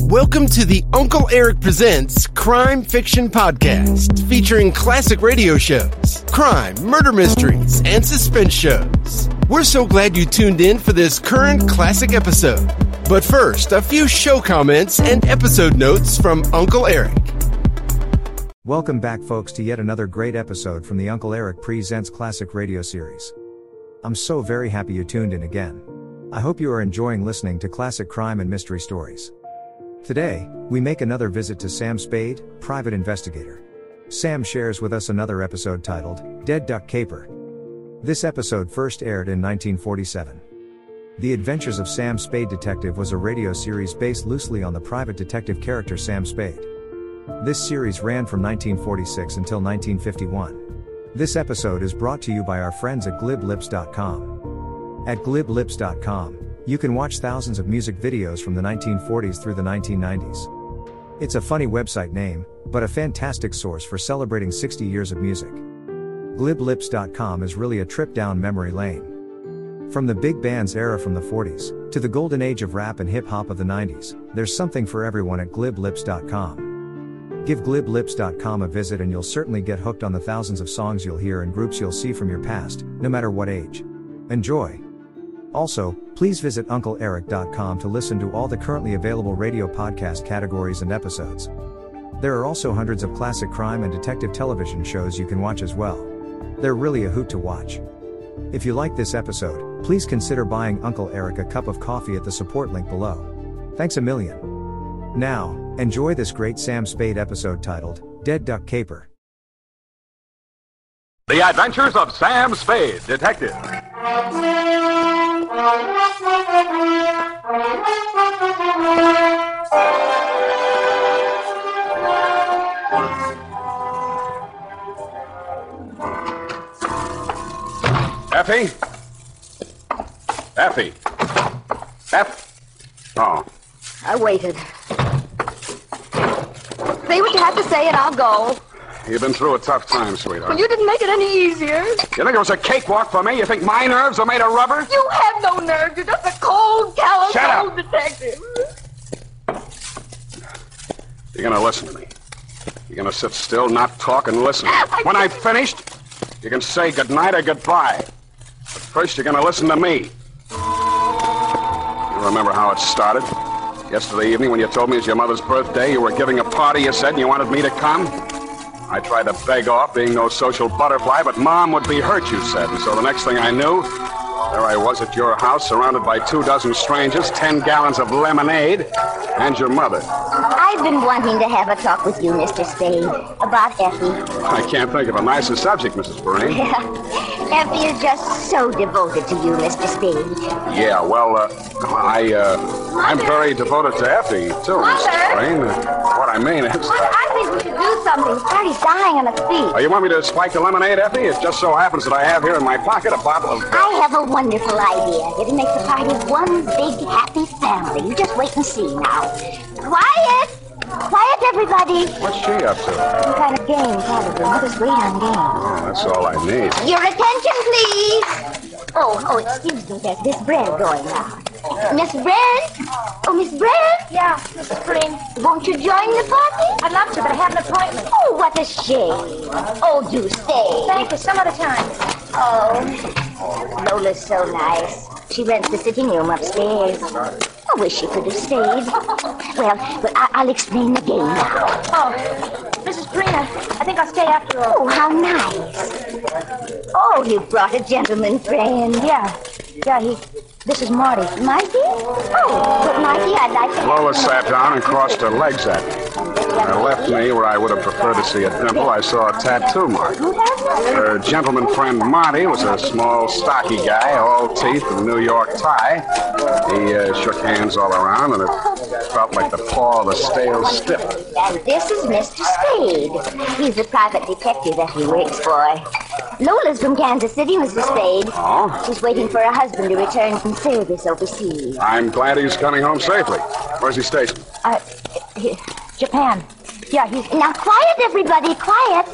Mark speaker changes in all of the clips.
Speaker 1: Welcome to the Uncle Eric Presents Crime Fiction Podcast, featuring classic radio shows, crime, murder mysteries, and suspense shows. We're so glad you tuned in for this current classic episode. But first, a few show comments and episode notes from Uncle Eric.
Speaker 2: Welcome back, folks, to yet another great episode from the Uncle Eric Presents Classic Radio Series. I'm so very happy you tuned in again. I hope you are enjoying listening to classic crime and mystery stories. Today, we make another visit to Sam Spade, private investigator. Sam shares with us another episode titled Dead Duck Caper. This episode first aired in 1947. The Adventures of Sam Spade Detective was a radio series based loosely on the private detective character Sam Spade. This series ran from 1946 until 1951. This episode is brought to you by our friends at gliblips.com. At gliblips.com, you can watch thousands of music videos from the 1940s through the 1990s. It's a funny website name, but a fantastic source for celebrating 60 years of music. Gliblips.com is really a trip down memory lane. From the big band's era from the 40s to the golden age of rap and hip hop of the 90s, there's something for everyone at gliblips.com. Give gliblips.com a visit and you'll certainly get hooked on the thousands of songs you'll hear and groups you'll see from your past, no matter what age. Enjoy! Also, please visit uncleeric.com to listen to all the currently available radio podcast categories and episodes. There are also hundreds of classic crime and detective television shows you can watch as well. They're really a hoot to watch. If you like this episode, please consider buying Uncle Eric a cup of coffee at the support link below. Thanks a million. Now, enjoy this great Sam Spade episode titled Dead Duck Caper.
Speaker 3: The Adventures of Sam Spade, Detective. Effie? Effie? Eff? Oh.
Speaker 4: I waited. Say what you have to say, and I'll go.
Speaker 3: You've been through a tough time, sweetheart.
Speaker 4: Well, you didn't make it any easier.
Speaker 3: You think it was a cakewalk for me? You think my nerves are made of rubber?
Speaker 4: You have no nerve. You're just a cold, callous
Speaker 3: Shut up.
Speaker 4: old detective.
Speaker 3: You're gonna listen to me. You're gonna sit still, not talk, and listen.
Speaker 4: I
Speaker 3: when I've finished, you can say goodnight or goodbye. But first, you're gonna listen to me. You remember how it started? Yesterday evening, when you told me it was your mother's birthday, you were giving a party, you said, and you wanted me to come. I tried to beg off, being no social butterfly, but Mom would be hurt, you said. And so the next thing I knew, there I was at your house, surrounded by two dozen strangers, ten gallons of lemonade, and your mother.
Speaker 5: I've been wanting to have a talk with you, Mr. Spade, about Effie.
Speaker 3: I can't think of a nicer subject, Mrs. Perrine.
Speaker 5: Effie is just so devoted to you, Mr. Spade.
Speaker 3: Yeah, well, uh, I, uh, I'm very devoted to Effie, too, Mrs.
Speaker 4: Mother?
Speaker 3: Perrine. What I mean is...
Speaker 4: Mother, I think we should do something.
Speaker 5: Patty's dying on her
Speaker 3: Oh,
Speaker 5: feet.
Speaker 3: you want me to spike the lemonade, Effie? It just so happens that I have here in my pocket a bottle of...
Speaker 5: I have a wonderful idea. It'll make the party one big happy family. You just wait and see now. Quiet! Quiet, everybody!
Speaker 3: What's she up to?
Speaker 5: Some kind of game, probably. Mother's great on games.
Speaker 3: Oh, that's all I need.
Speaker 5: Your attention, please. Oh, oh, excuse me. There's Miss Brand going now. Miss Brand? Oh, Miss Brand?
Speaker 4: Yeah, Mrs. Green.
Speaker 5: Won't you join the party?
Speaker 4: I'd love to, but I have an appointment.
Speaker 5: Oh, what a shame. Oh, do stay.
Speaker 4: Thank you, some other time.
Speaker 5: Oh, Lola's so nice. She rents the sitting room upstairs. I wish she could have stayed. Well, well I- I'll explain the game now.
Speaker 4: Oh, Mrs. Green, I, I think I'll stay after all.
Speaker 5: Oh, how nice. Oh, you brought a gentleman friend.
Speaker 4: Yeah, yeah, he. This is Marty.
Speaker 5: Marty? Oh, but Marty, I'd like to...
Speaker 3: Lola sat down and crossed her legs at me. Her left knee, where I would have preferred to see a dimple, I saw a tattoo mark. Her gentleman friend Monty was a small, stocky guy, all teeth and New York tie. He uh, shook hands all around, and it felt like the paw of a stale stiff.
Speaker 5: And this is Mr. Spade. He's the private detective that he works for. Lola's from Kansas City, Mr. Spade.
Speaker 3: Oh,
Speaker 5: She's waiting for her husband to return from service overseas.
Speaker 3: I'm glad he's coming home safely. Where's he stationed?
Speaker 4: Uh, he- Japan. Yeah, he's.
Speaker 5: Now, quiet, everybody, quiet.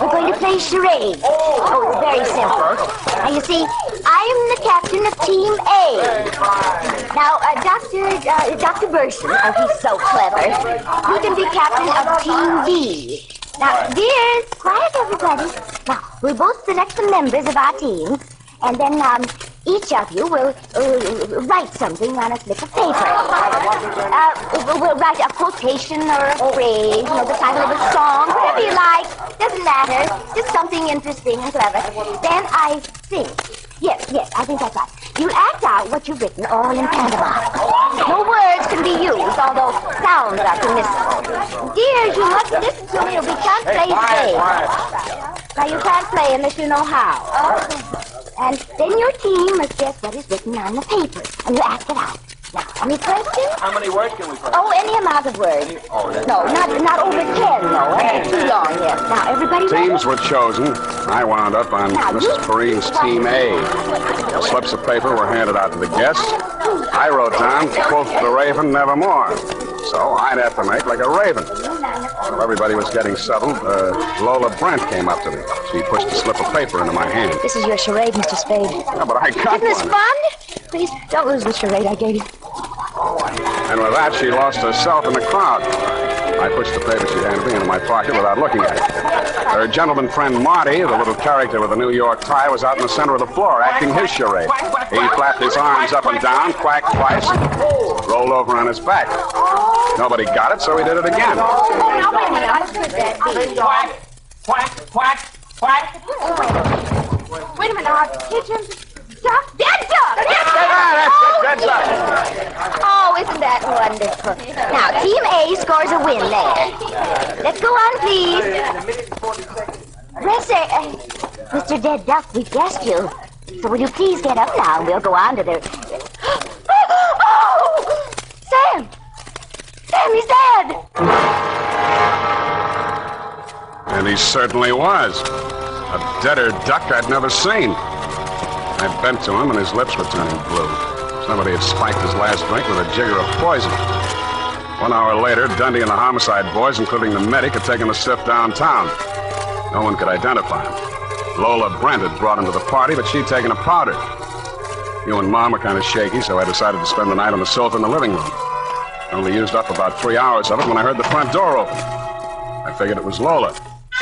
Speaker 5: We're going to play charades. Oh, it's very simple. Now, you see, I am the captain of Team A. Now, uh, Doctor uh, Doctor Burson, oh, he's so clever. He can be captain of Team B. Now, dears, quiet everybody. Now, we both select the members of our team, and then um, each of you will uh, write something on a slip of paper. Uh, we'll write a quotation or a phrase, you know, the title of a song, whatever you like. Doesn't matter. Just something interesting and clever. Then I think. Yes, yes, I think that's right. You act out what you've written all in Panama. No words can be used, although sounds are permissible. Dears, you must listen to me or we can't play
Speaker 3: quiet,
Speaker 5: games.
Speaker 3: quiet.
Speaker 5: Now you can't play unless you know how. And then your team must guess what is written on the paper, and you act it out. Now, any questions?
Speaker 3: How many words can we play?
Speaker 5: Oh, any amount of words. No, not not over ten, though. eh? Too long, yes. Now, everybody
Speaker 3: Teams were chosen. I wound up on
Speaker 5: Now, you-
Speaker 3: Mrs. Perrine's Team A. The slips of paper were handed out to the guests. I wrote down, quoth the raven, nevermore. So I'd have to make like a raven. While everybody was getting settled, uh, Lola Brent came up to me. She pushed a slip of paper into my hand.
Speaker 5: This is your charade, Mr. Spade. Isn't
Speaker 3: Yeah, but I got
Speaker 5: this
Speaker 3: one.
Speaker 5: fun? Please, don't lose the charade I gave you.
Speaker 3: And with that, she lost herself in the crowd. I pushed the paper she handed me into my pocket without looking at it. Her gentleman friend Marty, the little character with the New York tie, was out in the center of the floor acting his charade. He flapped his arms up and down, quacked twice, rolled over on his back. Nobody got it, so he did it again.
Speaker 5: Now, Oh, wait a minute. I heard that.
Speaker 6: Quack, quack, quack, quack.
Speaker 5: Wait a minute. Our kitchen duck. Dead duck! Dead
Speaker 3: That's up.
Speaker 5: Oh, isn't that wonderful? Now, Team A scores a win there. Let's go on, please. Let's say, uh, Mr. Dead Duck, we guessed you. So will you please get up now and we'll go on to the... Oh! Sam! Sam, he's dead!
Speaker 3: And he certainly was. A deader duck I'd never seen. I bent to him, and his lips were turning blue. Somebody had spiked his last drink with a jigger of poison. One hour later, Dundee and the homicide boys, including the medic, had taken a sip downtown. No one could identify him. Lola Brent had brought him to the party, but she'd taken a powder. You and Mom were kind of shaky, so I decided to spend the night on the sofa in the living room. I only used up about three hours of it when I heard the front door open. I figured it was Lola.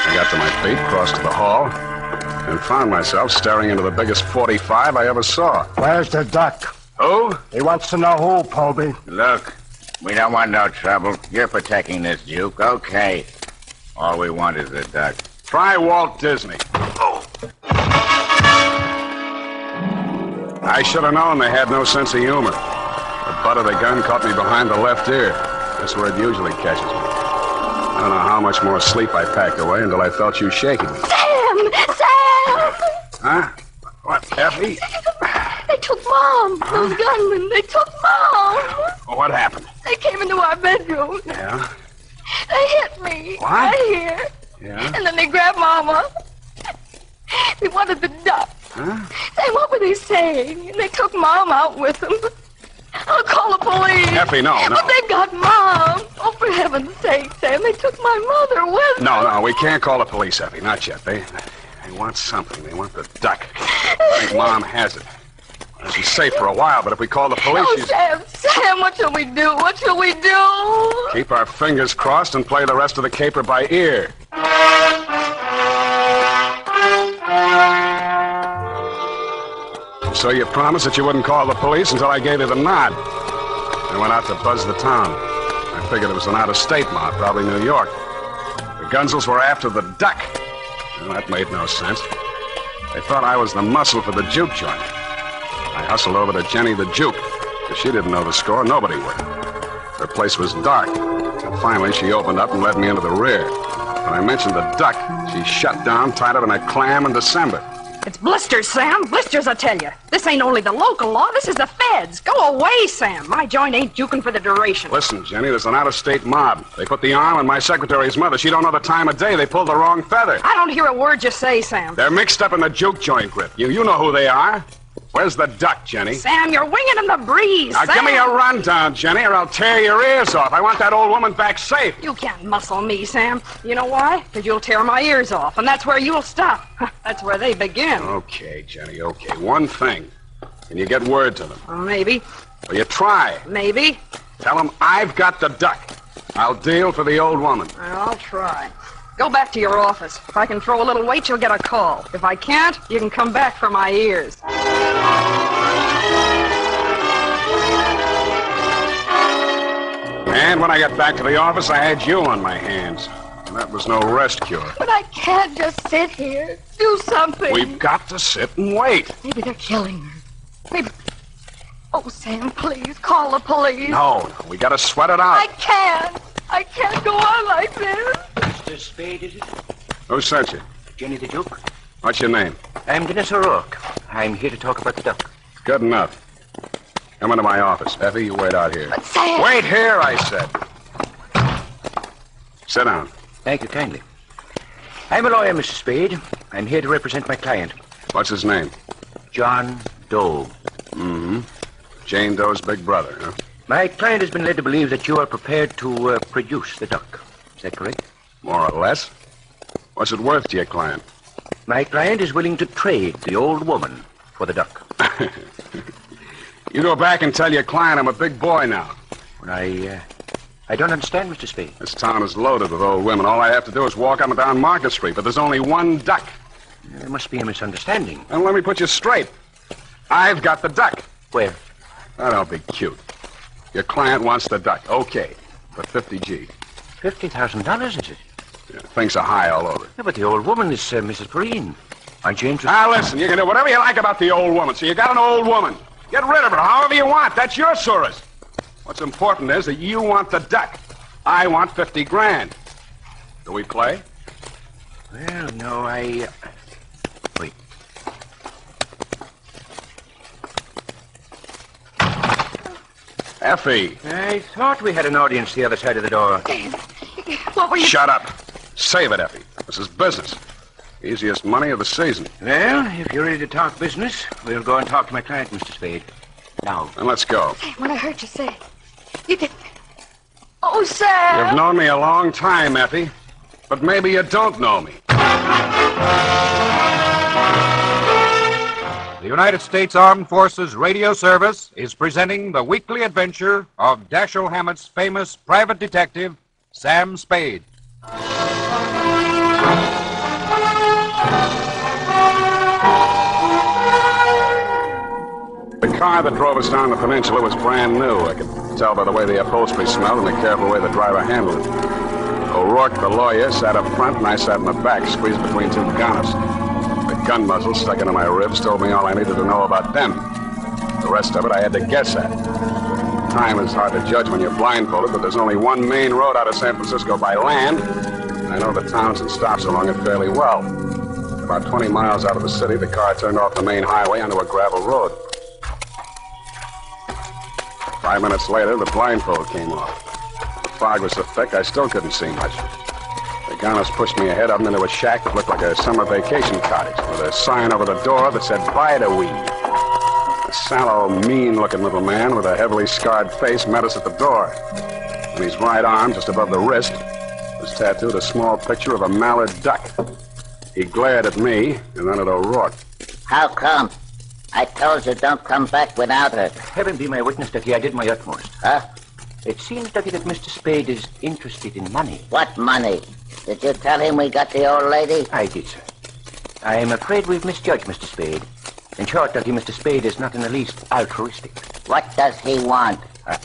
Speaker 3: I got to my feet, crossed to the hall, and found myself staring into the biggest 45 I ever saw.
Speaker 7: Where's the duck?
Speaker 8: Who?
Speaker 7: He wants to know who, Poby.
Speaker 8: Look, we don't want no trouble. You're protecting this Duke. Okay. All we want is the duck.
Speaker 3: Try Walt Disney. I should have known they had no sense of humor. The butt of the gun caught me behind the left ear. That's where it usually catches me. I don't know how much more sleep I packed away until I felt you shaking me.
Speaker 5: Sam! Sam!
Speaker 3: Huh? What, Effie?
Speaker 5: They took Mom! Those gunmen, they took Mom!
Speaker 3: What happened?
Speaker 5: They came into our bedroom.
Speaker 3: Yeah?
Speaker 5: They hit me.
Speaker 3: What?
Speaker 5: Right here.
Speaker 3: Yeah?
Speaker 5: And then they grabbed Mama. They wanted the duck.
Speaker 3: Huh?
Speaker 5: Say, what were they saying? And they took Mom out with them. I'll call the police.
Speaker 3: Effie, no, no.
Speaker 5: But they've got Mom. Oh, for heaven's sake, Sam. They took my mother with them.
Speaker 3: No, no, we can't call the police, Effie. Not yet. They, they want something. They want the duck. I think Mom has it. Well, She's safe for a while, but if we call the police,
Speaker 5: Oh,
Speaker 3: she's...
Speaker 5: Sam, Sam, what shall we do? What shall we do?
Speaker 3: Keep our fingers crossed and play the rest of the caper by ear. So you promised that you wouldn't call the police until I gave you the nod. I went out to buzz the town. I figured it was an out-of-state mob, probably New York. The Gunzels were after the duck. Well, that made no sense. They thought I was the muscle for the juke joint. I hustled over to Jenny the Juke. If she didn't know the score, nobody would. Her place was dark. Finally, she opened up and led me into the rear. When I mentioned the duck, she shut down, tied up in a clam in December.
Speaker 9: It's blisters, Sam. Blisters, I tell you. This ain't only the local law. This is the feds. Go away, Sam. My joint ain't juking for the duration.
Speaker 3: Listen, Jenny, there's an out-of-state mob. They put the arm on my secretary's mother. She don't know the time of day. They pulled the wrong feather.
Speaker 9: I don't hear a word you say, Sam.
Speaker 3: They're mixed up in the juke joint grip. You, you know who they are. Where's the duck, Jenny?
Speaker 9: Sam, you're winging in the breeze.
Speaker 3: Now,
Speaker 9: Sam.
Speaker 3: give me a rundown, Jenny, or I'll tear your ears off. I want that old woman back safe.
Speaker 9: You can't muscle me, Sam. You know why? Because you'll tear my ears off, and that's where you'll stop. that's where they begin.
Speaker 3: Oh. Okay, Jenny, okay. One thing. Can you get word to them?
Speaker 9: Well, maybe,
Speaker 3: Or you try.
Speaker 9: maybe.
Speaker 3: Tell them I've got the duck. I'll deal for the old woman.
Speaker 9: I'll try. Go back to your office. If I can throw a little weight, you'll get a call. If I can't, you can come back for my ears.
Speaker 3: And when I got back to the office, I had you on my hands. And that was no rest cure.
Speaker 5: But I can't just sit here.
Speaker 9: Do something.
Speaker 3: We've got to sit and wait.
Speaker 5: Maybe they're killing her. Maybe. Oh, Sam, please call the police.
Speaker 3: No, no, we got to sweat it
Speaker 5: I
Speaker 3: out.
Speaker 5: can't. I can't go on like this.
Speaker 6: Mr. Spade, is it?
Speaker 3: Who sent you?
Speaker 6: Jenny the Joker.
Speaker 3: What's your name?
Speaker 6: I'm Dennis O'Rourke. I'm here to talk about the duck.
Speaker 3: Good enough. Come into my office. Effie, you wait out here.
Speaker 5: Sam.
Speaker 3: Wait here, I said. Sit down.
Speaker 6: Thank you kindly. I'm a lawyer, Mr. Spade. I'm here to represent my client,
Speaker 3: What's his name?
Speaker 6: John Doe.
Speaker 3: Jane Doe's big brother, huh?
Speaker 6: My client has been led to believe that you are prepared to uh, produce the duck. Is that correct?
Speaker 3: More or less. What's it worth to your client?
Speaker 6: My client is willing to trade the old woman for the duck.
Speaker 3: You go back and tell your client I'm a big boy now.
Speaker 6: Well, I, uh, I don't understand, Mr. Spade.
Speaker 3: This town is loaded with old women. All I have to do is walk up and down Market Street, but there's only one duck.
Speaker 6: There must be a misunderstanding.
Speaker 3: And let me put you straight. I've got the duck.
Speaker 6: Where?
Speaker 3: Oh, don't be cute. Your client wants the duck. Okay. For 50G.
Speaker 6: Fifty thousand dollars, is it?
Speaker 3: Yeah, things are high all over.
Speaker 6: Yeah, but the old woman is uh, Mrs. Perrine. Aren't you interested?
Speaker 3: Now, Ah, listen, you can do whatever you like about the old woman. So you got an old woman. Get rid of her however you want. That's your source. What's important is that you want the duck. I want 50 grand. Do we play?
Speaker 6: Well, no, I. Uh... Wait.
Speaker 3: Effie.
Speaker 6: I thought we had an audience the other side of the door.
Speaker 9: What were you?
Speaker 3: Shut up. Save it, Effie. This is business. Easiest money of the season.
Speaker 6: Well, if you're ready to talk business, we'll go and talk to my client, Mr. Spade. Now.
Speaker 3: And let's go.
Speaker 5: When I heard you say, you did. Oh, Sam.
Speaker 3: You've known me a long time, Effie. But maybe you don't know me.
Speaker 10: The United States Armed Forces Radio Service is presenting the weekly adventure of Dashiell Hammett's famous private detective, Sam Spade.
Speaker 3: The car that drove us down the peninsula was brand new. I could tell by the way the upholstery smelled and the careful way the driver handled it. O'Rourke, the lawyer, sat up front and I sat in the back, squeezed between two gunners. The gun muzzle stuck into my ribs told me all I needed to know about them. The rest of it I had to guess at. Time is hard to judge when you're blindfolded, but there's only one main road out of San Francisco by land. and I know the towns and stops along it fairly well. About 20 miles out of the city, the car turned off the main highway onto a gravel road. Five minutes later, the blindfold came off. The fog was so thick, I still couldn't see much. The gunners pushed me ahead of them into a shack that looked like a summer vacation cottage, with a sign over the door that said, Buy the weed. A sallow, mean-looking little man with a heavily scarred face met us at the door. On his right arm, just above the wrist, was tattooed a small picture of a mallard duck. He glared at me, and then at O'Rourke.
Speaker 11: How come? I told you don't come back without her.
Speaker 6: Heaven be my witness, Ducky, I did my utmost.
Speaker 11: Huh?
Speaker 6: It seems, Ducky, that Mr. Spade is interested in money.
Speaker 11: What money? Did you tell him we got the old lady?
Speaker 6: I did, sir. I am afraid we've misjudged Mr. Spade. In short, Ducky, Mr. Spade is not in the least altruistic.
Speaker 11: What does he want?
Speaker 6: Uh,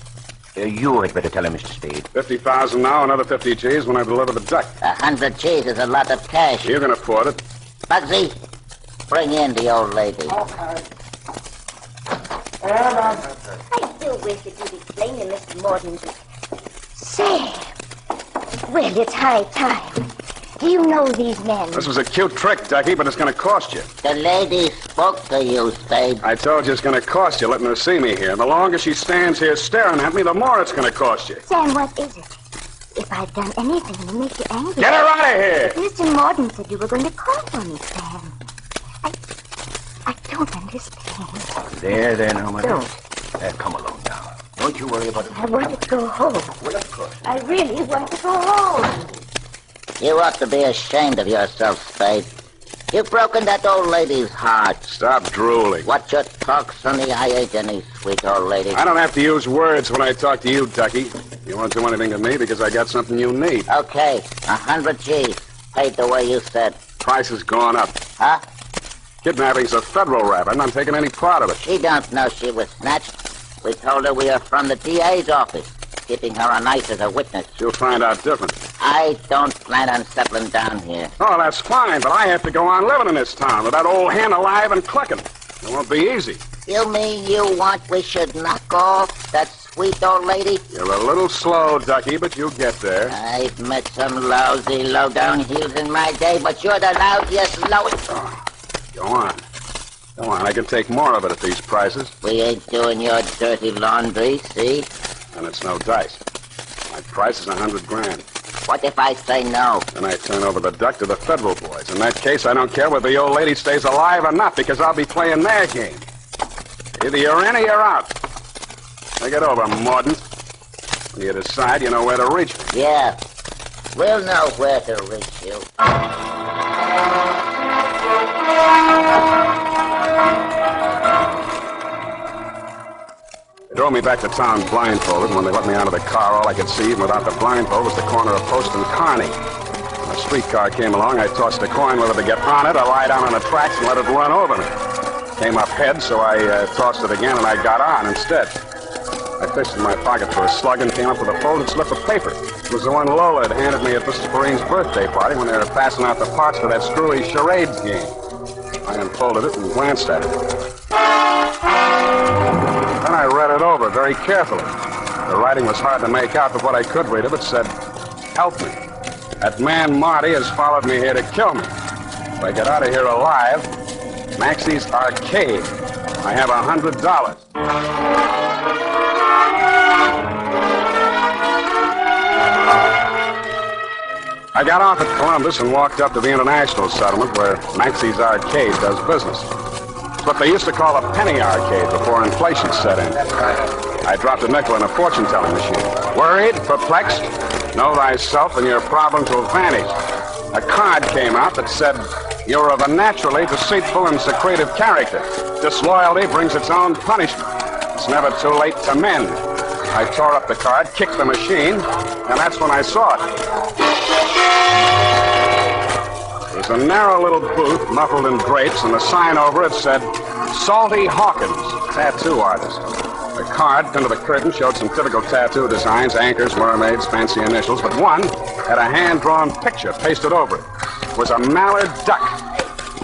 Speaker 6: you had better tell him, Mr. Spade.
Speaker 3: 50,000 now, another 50 G's when I deliver the duck.
Speaker 11: A hundred cheese is a lot of cash.
Speaker 3: You can afford it.
Speaker 11: Bugsy, bring in the old lady.
Speaker 5: I do wish that you'd explain to Mr. Morton. Sam. Well, it's high time. Do you know these men?
Speaker 3: This was a cute trick, Ducky, but it's going to cost you.
Speaker 11: The lady spoke to you, Spade.
Speaker 3: I told you it's going to cost you letting her see me here. The longer she stands here staring at me, the more it's going to cost you.
Speaker 5: Sam, what is it? If I've done anything to make you angry.
Speaker 3: Get her out of here!
Speaker 5: Mr. Morton said you were going to call for me, Sam. I, I don't understand.
Speaker 6: There, there, now, my dear.
Speaker 5: Don't.
Speaker 6: There, come along now. Don't you worry about it.
Speaker 5: I want to go home.
Speaker 6: Well, of course.
Speaker 5: I really want to go home.
Speaker 11: You ought to be ashamed of yourself, Spade. You've broken that old lady's heart.
Speaker 3: Stop drooling.
Speaker 11: Watch your talk, Sonny. I ain't any sweet old lady.
Speaker 3: I don't have to use words when I talk to you, Ducky. You won't do anything to me because I got something you need.
Speaker 11: Okay, a hundred G. Paid the way you said.
Speaker 3: Price has gone up.
Speaker 11: Huh?
Speaker 3: Kidnapping's a federal rap. I'm not taking any part of it.
Speaker 11: She don't know she was snatched. We told her we are from the DA's office, keeping her on ice as a witness.
Speaker 3: You'll find out different.
Speaker 11: I don't plan on settling down here.
Speaker 3: Oh, that's fine, but I have to go on living in this town with that old hen alive and clucking. It won't be easy.
Speaker 11: You mean you want we should knock off that sweet old lady?
Speaker 3: You're a little slow, Ducky, but you'll get there.
Speaker 5: Uh.
Speaker 11: I've met some lousy, low-down heels in my day, but you're the loudest, lowest.
Speaker 3: Go on. Go on. I can take more of it at these prices,
Speaker 11: We ain't doing your dirty laundry, see?
Speaker 3: and it's no dice. My price is a hundred grand.
Speaker 11: What if I say no?
Speaker 3: Then I turn over the duck to the federal boys. In that case, I don't care whether the old lady stays alive or not, because I'll be playing their game. Either you're in or you're out. Take it over, Morden. When you decide, you know where to reach me.
Speaker 11: Yeah. We'll know where to reach you.
Speaker 3: They drove me back to town blindfolded, and when they let me out of the car, all I could see, even without the blindfold, was the corner of Post and Carney. When a streetcar came along, I tossed a coin whether to get on it or lie down on the tracks and let it run over me. Came up head, so I uh, tossed it again, and I got on instead. I fished in my pocket for a slug and came up with a folded slip of paper. It was the one Lola had handed me at Mrs. Perrine's birthday party when they were passing out the parts for that screwy charades game. I unfolded it and glanced at it. Then I read it over very carefully. The writing was hard to make out, but what I could read of it said, Help me. That man Marty has followed me here to kill me. If I get out of here alive, Maxie's Arcade. I have a hundred dollars. I got off at Columbus and walked up to the international settlement where Maxie's Arcade does business. It's what they used to call a penny arcade before inflation set in. I dropped a nickel in a fortune-telling machine. Worried, perplexed, know thyself and your problems will vanish. A card came out that said, you're of a naturally deceitful and secretive character. Disloyalty brings its own punishment. It's never too late to mend. I tore up the card, kicked the machine, and that's when I saw it. It was a narrow little booth muffled in drapes, and a sign over it said, Salty Hawkins, tattoo artist. The card, pinned to the curtain, showed some typical tattoo designs, anchors, mermaids, fancy initials, but one had a hand-drawn picture pasted over it. It was a mallard duck,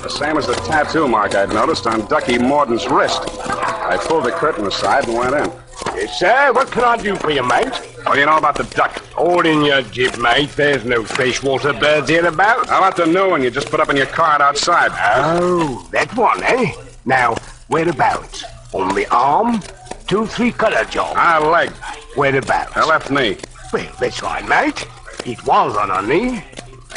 Speaker 3: the same as the tattoo mark I'd noticed on Ducky Morden's wrist. I pulled the curtain aside and went in.
Speaker 12: Yes, sir. What can I do for you, mate?
Speaker 3: What do you know about the duck?
Speaker 12: All in your jib, mate. There's no freshwater birds hereabouts.
Speaker 3: How about the new one you just put up in your card outside?
Speaker 12: Oh, that one, eh? Now, whereabouts? On the arm? Two, three color job.
Speaker 3: Ah, leg.
Speaker 12: Whereabouts?
Speaker 3: Her left knee.
Speaker 12: Well, that's right, mate. It was on her knee.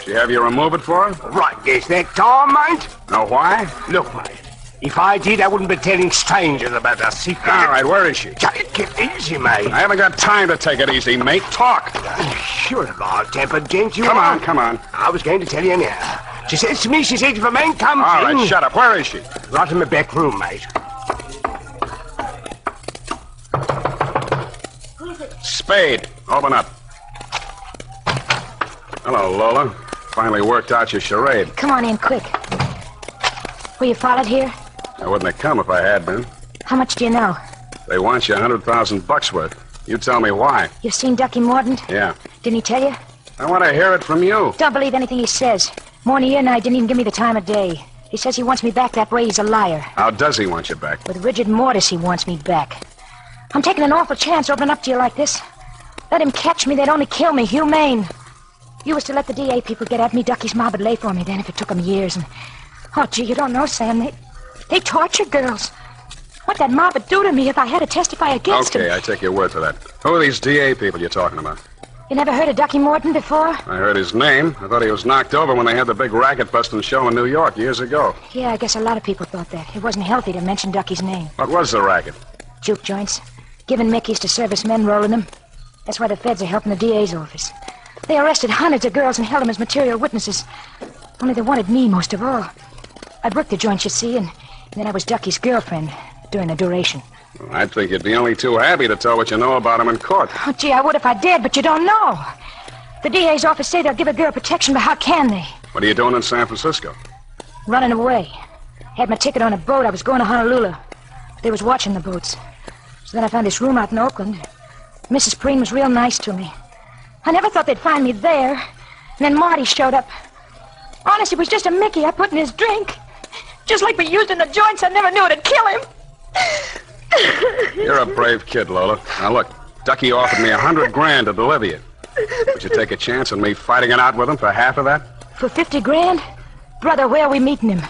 Speaker 3: She have you remove it for her?
Speaker 12: Right, guess that time, mate.
Speaker 3: Know why?
Speaker 12: Look, mate. If I did, I wouldn't be telling strangers about our secret.
Speaker 3: All right, where is she?
Speaker 12: Take it easy, mate.
Speaker 3: I haven't got time to take it easy, mate. Talk.
Speaker 12: Sure, about tempered gent you
Speaker 3: Come
Speaker 12: are.
Speaker 3: on, come on.
Speaker 12: I was going to tell you now. She says to me, she says, if a man comes
Speaker 3: All
Speaker 12: in...
Speaker 3: right, shut up. Where is she?
Speaker 12: Right in the back room, mate.
Speaker 3: Spade, open up. Hello, Lola. Finally worked out your charade.
Speaker 5: Come on in quick. Were you followed here?
Speaker 3: I wouldn't have come if I had been.
Speaker 5: How much do you know?
Speaker 3: They want you a hundred thousand bucks worth. You tell me why.
Speaker 5: You've seen Ducky Mordant?
Speaker 3: Yeah.
Speaker 5: Didn't he tell you?
Speaker 3: I want to hear it from you.
Speaker 5: Don't believe anything he says. Morning and I didn't even give me the time of day. He says he wants me back that way. He's a liar.
Speaker 3: How does he want you back?
Speaker 5: With Rigid Mortis, he wants me back. I'm taking an awful chance opening up to you like this. Let him catch me, they'd only kill me, humane. You was to let the DA people get at me, Ducky's mob would lay for me then if it took 'em years. And Oh, gee, you don't know, Sam. They, they torture girls. What that mob would do to me if I had to testify against 'em.
Speaker 3: Okay, I take your word for that. Who are these DA people you're talking about?
Speaker 9: You never heard of Ducky Morton before?
Speaker 3: I heard his name. I thought he was knocked over when they had the big racket busting show in New York years ago.
Speaker 9: Yeah, I guess a lot of people thought that. It wasn't healthy to mention Ducky's name.
Speaker 3: What was the racket?
Speaker 9: Juke joints. Giving Mickeys to servicemen rolling them. That's why the feds are helping the DA's office. They arrested hundreds of girls and held them as material witnesses. Only they wanted me most of all. I broke the joint, you see, and then I was Ducky's girlfriend during the duration.
Speaker 3: I'd think you'd be only too happy to tell what you know about him in court.
Speaker 9: Oh, gee, I would if I did, but you don't know. The DA's office say they'll give a girl protection, but how can they?
Speaker 3: What are you doing in San Francisco?
Speaker 9: Running away. Had my ticket on a boat. I was going to Honolulu. But they was watching the boats. So then I found this room out in Oakland. Mrs. Preen was real nice to me. I never thought they'd find me there. And then Marty showed up. Honest, it was just a Mickey I put in his drink. Just like we used in the joints, I never knew it'd kill him.
Speaker 3: You're a brave kid, Lola. Now look, Ducky offered me a hundred grand to deliver you. Would you take a chance on me fighting it out with him for half of that?
Speaker 9: For 50 grand? Brother, where are we meeting him?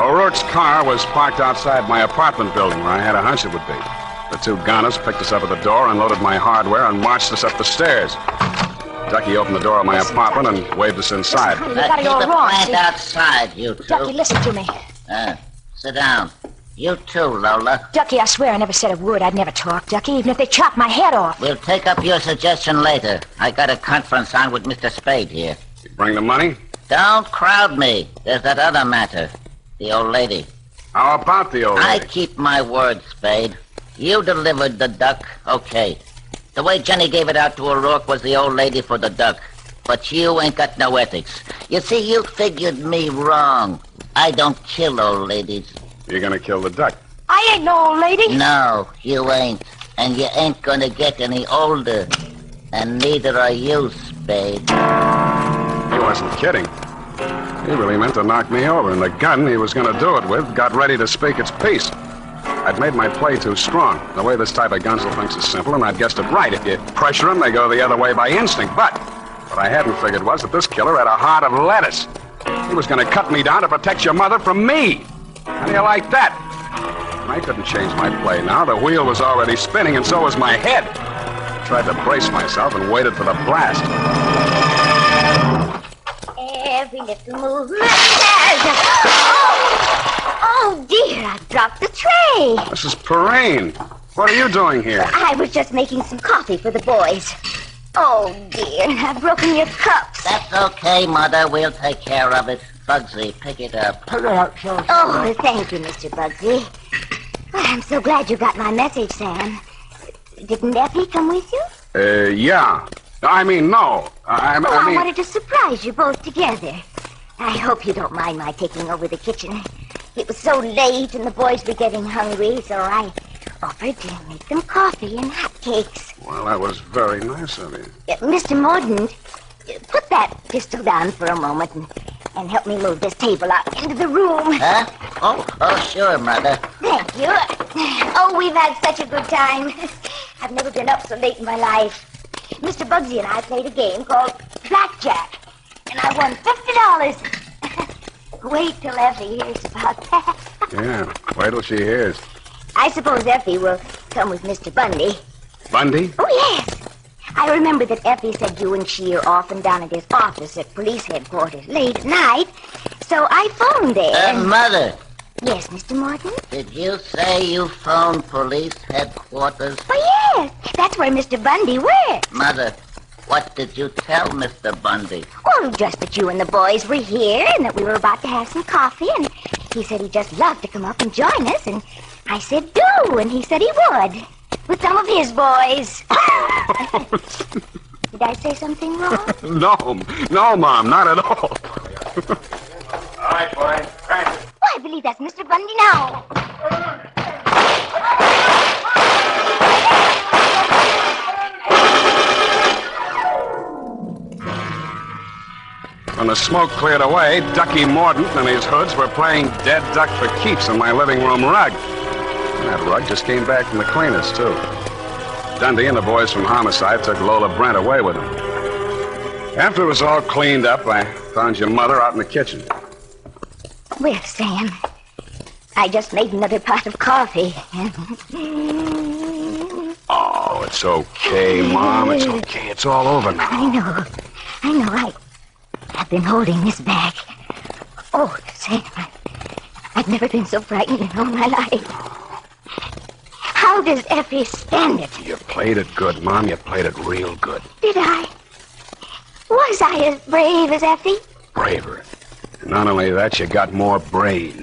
Speaker 3: O'Rourke's car was parked outside my apartment building where I had a hunch it would be. The two gunners picked us up at the door, unloaded my hardware, and marched us up the stairs. Ducky opened the door of my apartment and waved us inside.
Speaker 9: Listen, honey, you got it
Speaker 11: keep
Speaker 9: all
Speaker 11: the
Speaker 9: wrong.
Speaker 11: plant
Speaker 9: see?
Speaker 11: outside, you two.
Speaker 9: Ducky, listen to me.
Speaker 11: Uh, sit down. You too, Lola.
Speaker 9: Ducky, I swear I never said a word. I'd never talk, Ducky, even if they chopped my head off.
Speaker 11: We'll take up your suggestion later. I got a conference on with Mr. Spade here.
Speaker 3: You bring the money?
Speaker 11: Don't crowd me. There's that other matter. The old lady.
Speaker 3: How about the old
Speaker 11: I keep my word, Spade. You delivered the duck, okay. The way Jenny gave it out to O'Rourke was the old lady for the duck. But you ain't got no ethics. You see, you figured me wrong. I don't kill old ladies.
Speaker 3: You're gonna kill the duck.
Speaker 9: I ain't no old lady.
Speaker 11: No, you ain't. And you ain't gonna get any older. And neither are you, Spade.
Speaker 3: He wasn't kidding. He really meant to knock me over, and the gun he was going to do it with got ready to speak its piece. I'd made my play too strong. The way this type of gunsel thinks is simple, and I'd guessed it right. If you pressure them, they go the other way by instinct. But what I hadn't figured was that this killer had a heart of lettuce. He was going to cut me down to protect your mother from me. How do you like that? And I couldn't change my play now. The wheel was already spinning, and so was my head. I tried to brace myself and waited for the blast.
Speaker 5: Every little movement matters. Oh, oh dear, I dropped the tray.
Speaker 3: Mrs. Perrine, what are you doing here?
Speaker 5: I was just making some coffee for the boys. Oh dear, I've broken your cups.
Speaker 11: That's okay, Mother. We'll take care of it. Bugsy, pick it up.
Speaker 5: Oh, thank you, Mr. Bugsy. Well, I'm so glad you got my message, Sam. Didn't Effie come with you?
Speaker 3: Uh, yeah. I mean, no. I, I,
Speaker 5: oh,
Speaker 3: I
Speaker 5: I
Speaker 3: mean,
Speaker 5: wanted to surprise you both together. I hope you don't mind my taking over the kitchen. It was so late and the boys were getting hungry, so I offered to make them coffee and hotcakes.
Speaker 3: well, that was very nice of you.
Speaker 5: Uh, Mr. Morden, uh, put that pistol down for a moment and, and help me move this table out into the room.
Speaker 11: Huh? Oh, oh, sure, Mother.
Speaker 5: Thank you. Oh, we've had such a good time. I've never been up so late in my life. Mr. Bugsy and I played a game called Blackjack, and I won $50. Wait till Effie hears about that.
Speaker 3: Yeah. Wait till she hears.
Speaker 5: I suppose Effie will come with Mr. Bundy.
Speaker 3: Bundy?
Speaker 5: Oh, yes. I remember that Effie said you and she are often down at his office at police headquarters late at night, so I phoned there.
Speaker 11: Uh, Mother,
Speaker 5: Yes, Mr. Morton?
Speaker 11: did you say you phoned police headquarters?
Speaker 5: Oh, yes. That's where Mr. Bundy works.
Speaker 11: Mother, what did you tell Mr. Bundy?
Speaker 5: Well, just that you and the boys were here and that we were about to have some coffee, and he said he'd just love to come up and join us, and I said do, and he said he would. With some of his boys. Did I say something wrong?
Speaker 3: No. No, Mom, not at all.
Speaker 12: All right, boy.
Speaker 5: Oh, I believe that's Mr. Bundy now.
Speaker 3: When the smoke cleared away, Ducky Mordaunt and his hoods were playing dead duck for keeps in my living room rug. And that rug just came back from the cleaners, too. Dundee and the boys from Homicide took Lola Brent away with them. After it was all cleaned up, I found your mother out in the kitchen.
Speaker 5: Well, Sam, I just made another pot of coffee.
Speaker 3: Oh, it's okay, Mom. It's okay. It's all over now.
Speaker 5: I know. I know. I, I've been holding this back. Oh, Sam, I, I've never been so frightened in all my life. How does Effie stand it?
Speaker 3: You played it good, Mom. You played it real good.
Speaker 5: Did I? Was I as brave as Effie?
Speaker 3: Braver. And not only that, you got more brain.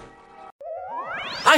Speaker 1: I